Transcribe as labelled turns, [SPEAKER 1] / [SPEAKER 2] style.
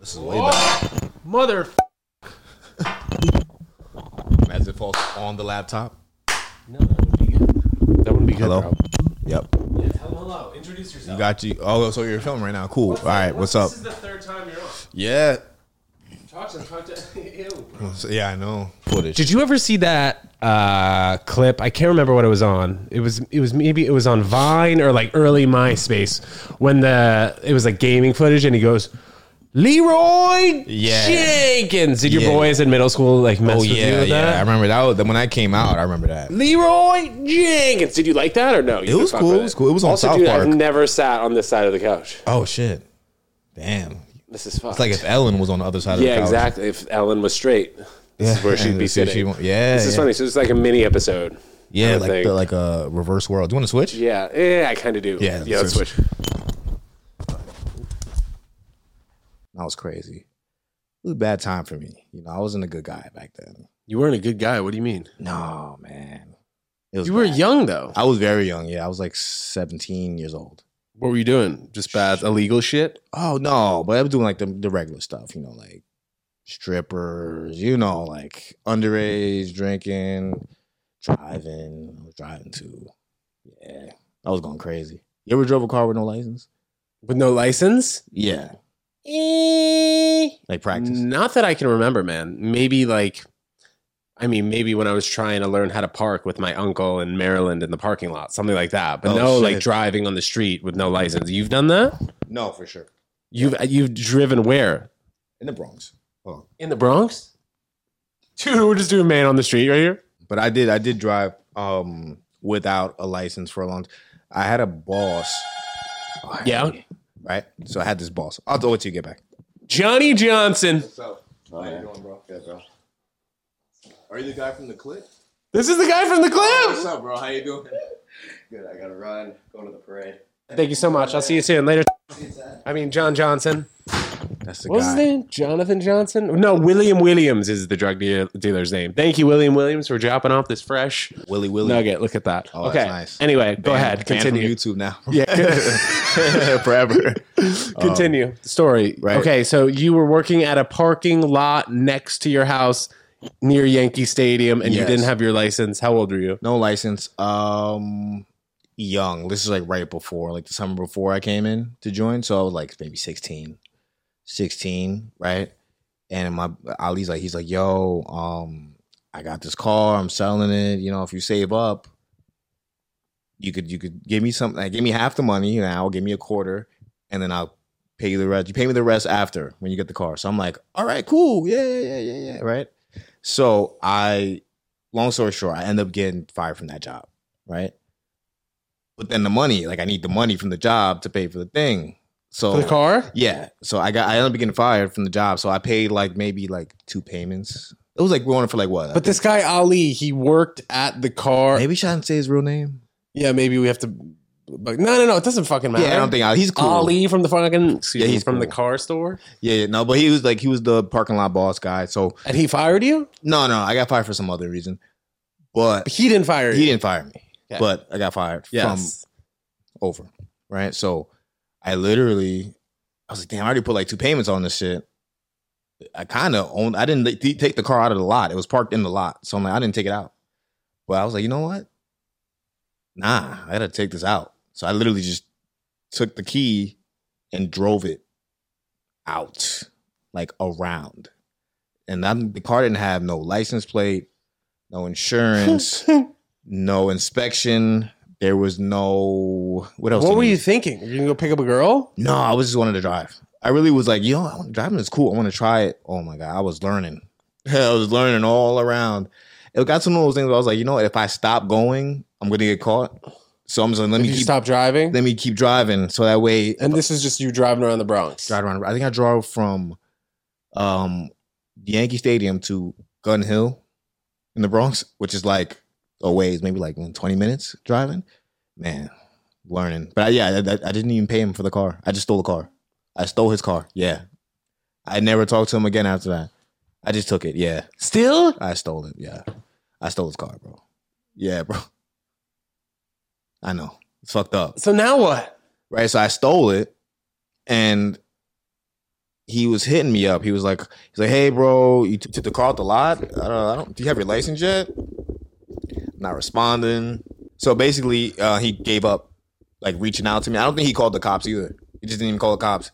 [SPEAKER 1] This is way back.
[SPEAKER 2] Oh, Mother.
[SPEAKER 1] As it falls on the laptop.
[SPEAKER 2] No, that wouldn't be good. That wouldn't be good,
[SPEAKER 1] Hello?
[SPEAKER 2] bro.
[SPEAKER 1] Yep.
[SPEAKER 2] Yeah, tell them hello. Introduce yourself.
[SPEAKER 1] You got you. Oh, so you're filming right now. Cool. All right. What's up?
[SPEAKER 2] This is the third time you're on.
[SPEAKER 1] Yeah.
[SPEAKER 2] Talk to talk to. Ew.
[SPEAKER 1] So- yeah, I know. Footage.
[SPEAKER 2] Did you ever see that uh, clip? I can't remember what it was on. It was it was maybe it was on Vine or like early MySpace when the it was like gaming footage and he goes Leroy
[SPEAKER 1] Yeah.
[SPEAKER 2] Jenkins. Did your
[SPEAKER 1] Yeah.
[SPEAKER 2] boys in middle school like mess
[SPEAKER 1] Oh
[SPEAKER 2] with you
[SPEAKER 1] yeah,
[SPEAKER 2] with
[SPEAKER 1] yeah. I
[SPEAKER 2] that?
[SPEAKER 1] remember that. Was, when I came out, I remember that.
[SPEAKER 2] Leroy Jenkins. Did you like that or no? You
[SPEAKER 1] It was
[SPEAKER 2] fuck
[SPEAKER 1] cool,
[SPEAKER 2] with
[SPEAKER 1] it was cool. It was on
[SPEAKER 2] also,
[SPEAKER 1] South
[SPEAKER 2] dude, I've
[SPEAKER 1] Park.
[SPEAKER 2] never sat on this side of the couch.
[SPEAKER 1] Oh shit. Damn.
[SPEAKER 2] This is fucked.
[SPEAKER 1] It's like if Ellen was on the other side of
[SPEAKER 2] yeah,
[SPEAKER 1] the couch.
[SPEAKER 2] exactly. If Ellen was straight, this is
[SPEAKER 1] Yeah,
[SPEAKER 2] where she'd
[SPEAKER 1] and
[SPEAKER 2] be
[SPEAKER 1] see if
[SPEAKER 2] sitting.
[SPEAKER 1] she wa- yeah,
[SPEAKER 2] this is
[SPEAKER 1] yeah.
[SPEAKER 2] funny. So it's like a mini episode.
[SPEAKER 1] Yeah,
[SPEAKER 2] kinda
[SPEAKER 1] like
[SPEAKER 2] thing.
[SPEAKER 1] the, like a reverse world. Do you want to switch?
[SPEAKER 2] Yeah, yeah, I kind of do.
[SPEAKER 1] Yeah,
[SPEAKER 2] yeah. Let's
[SPEAKER 1] switch.
[SPEAKER 2] switch.
[SPEAKER 1] That was crazy. It was a bad time for me. You know, I wasn't a good guy back then.
[SPEAKER 2] You weren't a good guy. What do you mean?
[SPEAKER 1] No, man. It was
[SPEAKER 3] You were
[SPEAKER 1] bad.
[SPEAKER 3] young though.
[SPEAKER 1] I was very young. Yeah, I was like 17 years old.
[SPEAKER 3] What were you doing? Just bad illegal shit?
[SPEAKER 1] Oh no, but I was doing like the, the regular stuff. You know, like strippers. You know, like underage drinking, driving. I was driving too. Yeah, I was going crazy. You ever drove a car with no license?
[SPEAKER 3] With no license?
[SPEAKER 1] Yeah,
[SPEAKER 3] Eh,
[SPEAKER 1] like practice.
[SPEAKER 3] Not that I can remember, man. Maybe like I mean, maybe when I was trying to learn how to park with my uncle in Maryland in the parking lot, something like that. But
[SPEAKER 1] Oh,
[SPEAKER 3] no, like
[SPEAKER 1] shit.
[SPEAKER 3] driving on the street with no license. You've done that?
[SPEAKER 1] No, for sure.
[SPEAKER 3] You've you've driven where?
[SPEAKER 1] In the Bronx. Oh.
[SPEAKER 3] In the Bronx? Dude, we're just doing man on the street right here.
[SPEAKER 1] But I did I did drive um without a license for a long I had a boss.
[SPEAKER 3] Yeah.
[SPEAKER 1] Right? So I had this boss. I'll throw it to you get back.
[SPEAKER 3] Johnny Johnson.
[SPEAKER 4] Are you the guy from the clip?
[SPEAKER 3] This is the guy from the clip.
[SPEAKER 4] up, bro? How you doing? Good. I gotta run. Going to the parade.
[SPEAKER 3] Thank you so much. I'll see you soon. Later. I mean, John Johnson.
[SPEAKER 1] That's the
[SPEAKER 3] What's his
[SPEAKER 1] guy.
[SPEAKER 3] name? Jonathan Johnson? No, William Williams is the drug deal- dealer's name. Thank you, William Williams, for dropping off this fresh
[SPEAKER 1] Willie Willie.
[SPEAKER 3] nugget. Look at that.
[SPEAKER 1] Oh,
[SPEAKER 3] okay.
[SPEAKER 1] that's nice.
[SPEAKER 3] Anyway, go
[SPEAKER 1] Banned-
[SPEAKER 3] ahead.
[SPEAKER 1] banned from
[SPEAKER 3] Continue.
[SPEAKER 1] YouTube now.
[SPEAKER 3] Yeah.
[SPEAKER 1] Forever.
[SPEAKER 3] Continue. Story.
[SPEAKER 1] Um, Right.
[SPEAKER 3] Okay, so you were working at a parking lot next to your house near Yankee Stadium, and you
[SPEAKER 1] Yes.
[SPEAKER 3] didn't have your license. How old were you?
[SPEAKER 1] No license. Um young. This is like right before, like the summer before I came in to join. So I was like maybe 16. 16, right? And my Ali's like, he's like, yo, um, I got this car, I'm selling it. You know, if you save up, you could you could give me something like, give me half the money now, give me a quarter, and then I'll pay you the rest. You pay me the rest after when you get the car. So I'm like, all right, cool. Yeah, yeah, yeah, yeah, yeah. Right. So I long story short, I end up getting fired from that job, right? But then the money, like I need the money from the job to pay for the thing. So
[SPEAKER 3] For the car?
[SPEAKER 1] yeah. So I got I ended up getting fired from the job. So I paid like maybe like two payments. It was like going for like what?
[SPEAKER 3] But this guy Ali, he worked at the car.
[SPEAKER 1] maybe should I say his real name?
[SPEAKER 3] Yeah, maybe we have to. But no, no, no. It doesn't fucking matter.
[SPEAKER 1] Yeah, I don't think I, he's cool.
[SPEAKER 3] Ali from the fucking. Excuse
[SPEAKER 1] Yeah,
[SPEAKER 3] me,
[SPEAKER 1] he's
[SPEAKER 3] from the
[SPEAKER 1] cool.
[SPEAKER 3] car store,
[SPEAKER 1] Yeah, yeah, no, but he was like he was the parking lot boss guy. So
[SPEAKER 3] and he fired you.
[SPEAKER 1] no, no, I got fired for some other reason. But
[SPEAKER 3] He didn't fire you.
[SPEAKER 1] he didn't fire me.
[SPEAKER 3] Okay.
[SPEAKER 1] But I got fired
[SPEAKER 3] Yes.
[SPEAKER 1] from over. Right. So I literally I was like, damn, I already put like two payments on this shit. I kind of owned. I didn't t- take the car out of the lot. It was parked in the lot, so I'm like, I didn't take it out. But I was like, you know what? Nah, I gotta take this out. So I literally just took the key and drove it out, like around. And I'm, the car didn't have no license plate, no insurance, no inspection. There was no what else?
[SPEAKER 3] what
[SPEAKER 1] did
[SPEAKER 3] were
[SPEAKER 1] we-
[SPEAKER 3] you thinking? You're gonna go pick up a girl?
[SPEAKER 1] no, I was just wanted to drive. I really was like, you know, I want driving is cool. I want to try it. Oh my god, I was learning. I was learning all around. It got to one of those things where I was like, you know, what? if I stop going, I'm gonna get caught. So I'm just like, let
[SPEAKER 3] Did
[SPEAKER 1] me
[SPEAKER 3] you
[SPEAKER 1] keep
[SPEAKER 3] stop driving?
[SPEAKER 1] let me keep driving. So that way,
[SPEAKER 3] And this is just you driving around the Bronx.
[SPEAKER 1] drive around. I think I drove from um Yankee Stadium to Gun Hill in the Bronx, which is like a ways, maybe like 20 minutes driving. Man, learning. But I, yeah, I, I- I didn't even pay him for the car. I just stole the car. I stole his car. Yeah. I never talked to him again after that. I just took it. Yeah.
[SPEAKER 3] Still?
[SPEAKER 1] I stole it. Yeah. I stole his car, bro. Yeah, bro. I know. It's fucked up
[SPEAKER 3] So now what?
[SPEAKER 1] right? So I stole it, and he was hitting me up. He was like, he's like, hey, bro, you t- took the car out the lot. I don't, I don't. Do you have your license yet? Not responding. So basically, uh, he gave up, like reaching out to me. I don't think he called the cops either. He just didn't even call the cops.